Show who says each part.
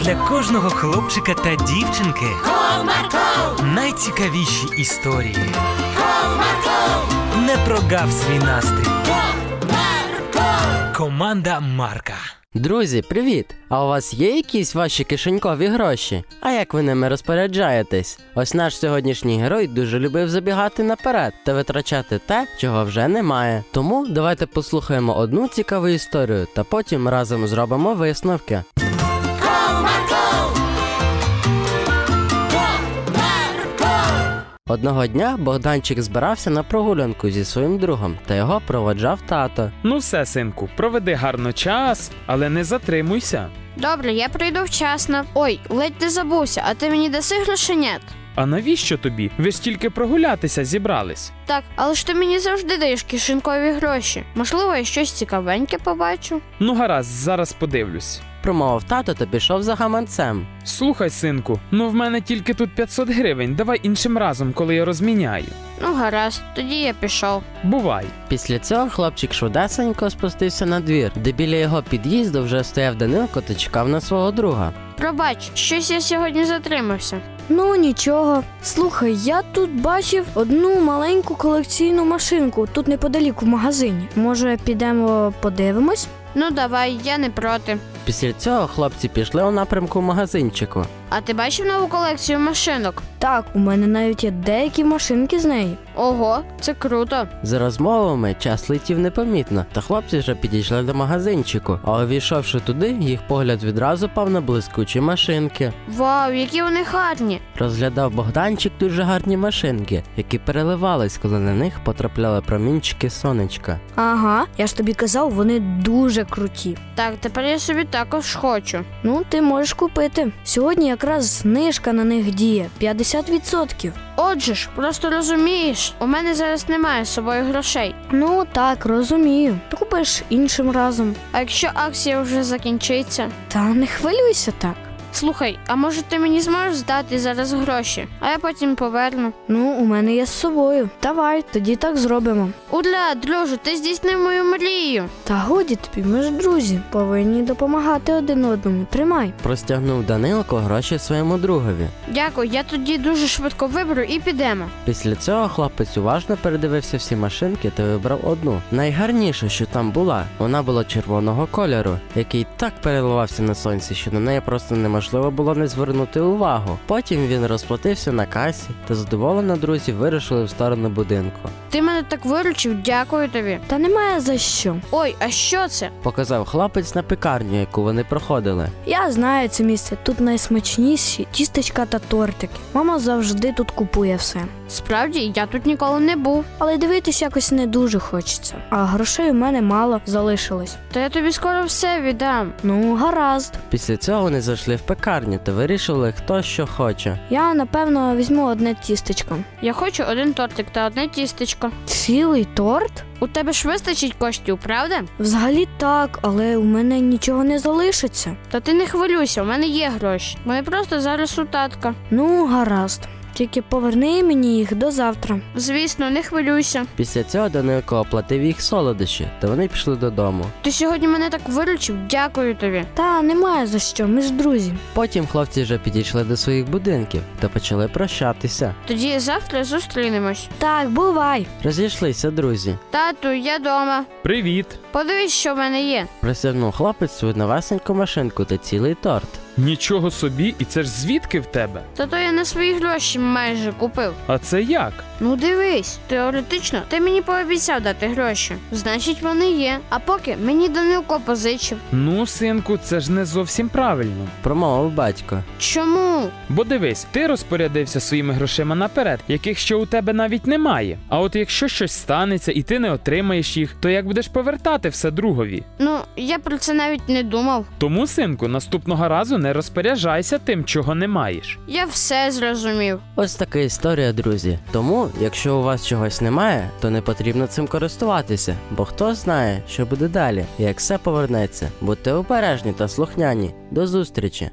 Speaker 1: для кожного хлопчика та дівчинки
Speaker 2: Comarco,
Speaker 1: найцікавіші історії.
Speaker 2: comarco,
Speaker 1: Не прогав свій настрій.
Speaker 2: comarco,
Speaker 1: Команда Марка.
Speaker 3: Друзі, привіт! А у вас є якісь ваші кишенькові гроші? А як ви ними розпоряджаєтесь? Ось наш сьогоднішній герой дуже любив забігати наперед та витрачати те, чого вже немає. Тому давайте послухаємо одну цікаву історію та потім разом зробимо висновки.
Speaker 2: comarco,
Speaker 3: Одного дня Богданчик збирався на прогулянку зі своїм другом та його проводжав тато.
Speaker 4: Ну все, синку, проведи гарно час, але не затримуйся.
Speaker 5: Добре, я прийду вчасно. Ой, ледь не забувся, а ти мені даси грошенят?
Speaker 4: А навіщо тобі? Ви ж тільки прогулятися зібрались.
Speaker 5: Так, але ж ти мені завжди даєш кишенькові гроші. Можливо, я щось цікавеньке побачу.
Speaker 4: Ну гаразд, зараз подивлюсь.
Speaker 3: Промовив тато та пішов за гаманцем.
Speaker 4: Слухай, синку, ну в мене тільки тут 500 гривень, давай іншим разом, коли я розміняю.
Speaker 5: Ну, гаразд, тоді я пішов.
Speaker 4: Бувай.
Speaker 3: Після цього хлопчик швидесенько спустився на двір, де біля його під'їзду вже стояв Данилко та чекав на свого друга.
Speaker 5: Пробач, щось я сьогодні затримався.
Speaker 6: Ну нічого. Слухай, я тут бачив одну маленьку колекційну машинку тут неподалік у магазині. Може, підемо подивимось?
Speaker 5: Ну, давай, я не проти.
Speaker 3: Після цього хлопці пішли у напрямку магазинчику.
Speaker 5: А ти бачив нову колекцію машинок?
Speaker 6: Так, у мене навіть є деякі машинки з неї.
Speaker 5: Ого, це круто.
Speaker 3: За розмовами час летів непомітно, та хлопці вже підійшли до магазинчику. А увійшовши туди, їх погляд відразу пав на блискучі машинки.
Speaker 5: Вау, які вони гарні.
Speaker 3: Розглядав Богданчик дуже гарні машинки, які переливались, коли на них потрапляли промінчики сонечка.
Speaker 6: Ага, я ж тобі казав, вони дуже круті.
Speaker 5: Так, тепер я собі також хочу.
Speaker 6: Ну, ти можеш купити. Сьогодні якраз знижка на них діє 50%.
Speaker 5: Отже ж, просто розумієш, у мене зараз немає з собою грошей.
Speaker 6: Ну так, розумію. Ти купиш іншим разом.
Speaker 5: А якщо акція вже закінчиться?
Speaker 6: Та не хвилюйся так.
Speaker 5: Слухай, а може ти мені зможеш здати зараз гроші, а я потім поверну.
Speaker 6: Ну, у мене є з собою. Давай, тоді так зробимо.
Speaker 5: Уля, друже, ти здійснив мою мрію.
Speaker 6: Та годі тобі, ми ж друзі, повинні допомагати один одному. Тримай.
Speaker 3: Простягнув Данилко гроші своєму другові.
Speaker 5: Дякую, я тоді дуже швидко виберу і підемо.
Speaker 3: Після цього хлопець уважно передивився всі машинки та вибрав одну. Найгарніша, що там була, вона була червоного кольору, який так переливався на сонці, що на неї просто неможливо було не звернути увагу. Потім він розплатився на касі та задоволено друзі вирішили в сторону будинку.
Speaker 5: Ти мене так виручив, дякую тобі.
Speaker 6: Та немає за що.
Speaker 5: Ой, а що це?
Speaker 3: Показав хлопець на пекарню, яку вони проходили.
Speaker 6: Я знаю це місце. Тут найсмачніші тістечка та тортики. Мама завжди тут купує все.
Speaker 5: Справді, я тут ніколи не був.
Speaker 6: Але дивитись якось не дуже хочеться. А грошей у мене мало залишилось.
Speaker 5: Та я тобі скоро все віддам.
Speaker 6: Ну, гаразд.
Speaker 3: Після цього вони зайшли в пекарню та вирішили, хто що хоче.
Speaker 6: Я напевно візьму одне тістечко.
Speaker 5: Я хочу один тортик та одне тістечко.
Speaker 6: Цілий торт?
Speaker 5: У тебе ж вистачить коштів, правда?
Speaker 6: Взагалі так, але у мене нічого не залишиться.
Speaker 5: Та ти не хвилюйся, у мене є гроші. Вони просто зараз у татка.
Speaker 6: Ну, гаразд. Тільки поверни мені їх до завтра.
Speaker 5: Звісно, не хвилюйся.
Speaker 3: Після цього Данилко оплатив їх солодощі, та вони пішли додому.
Speaker 5: Ти сьогодні мене так виручив, дякую тобі.
Speaker 6: Та немає за що, ми ж друзі.
Speaker 3: Потім хлопці вже підійшли до своїх будинків та почали прощатися.
Speaker 5: Тоді завтра зустрінемось.
Speaker 6: Так, бувай.
Speaker 3: Розійшлися друзі.
Speaker 5: Тату, я дома.
Speaker 4: Привіт.
Speaker 5: Подивись, що в мене є.
Speaker 3: Просягнув хлопець свою новесеньку машинку та цілий торт.
Speaker 4: Нічого собі, і це ж звідки в тебе?
Speaker 5: Та то я на свої гроші майже купив.
Speaker 4: А це як?
Speaker 5: Ну дивись, теоретично, ти мені пообіцяв дати гроші. Значить, вони є. А поки мені Данилко позичив.
Speaker 4: Ну, синку, це ж не зовсім правильно.
Speaker 3: Промовив батько.
Speaker 5: Чому?
Speaker 4: Бо дивись, ти розпорядився своїми грошима наперед, яких ще у тебе навіть немає. А от якщо щось станеться і ти не отримаєш їх, то як будеш повертати все другові?
Speaker 5: Ну, я про це навіть не думав.
Speaker 4: Тому, синку, наступного разу не розпоряджайся тим, чого не маєш.
Speaker 5: Я все зрозумів.
Speaker 3: Ось така історія, друзі. Тому, якщо у вас чогось немає, то не потрібно цим користуватися, бо хто знає, що буде далі, і як все повернеться. Будьте обережні та слухняні. До зустрічі!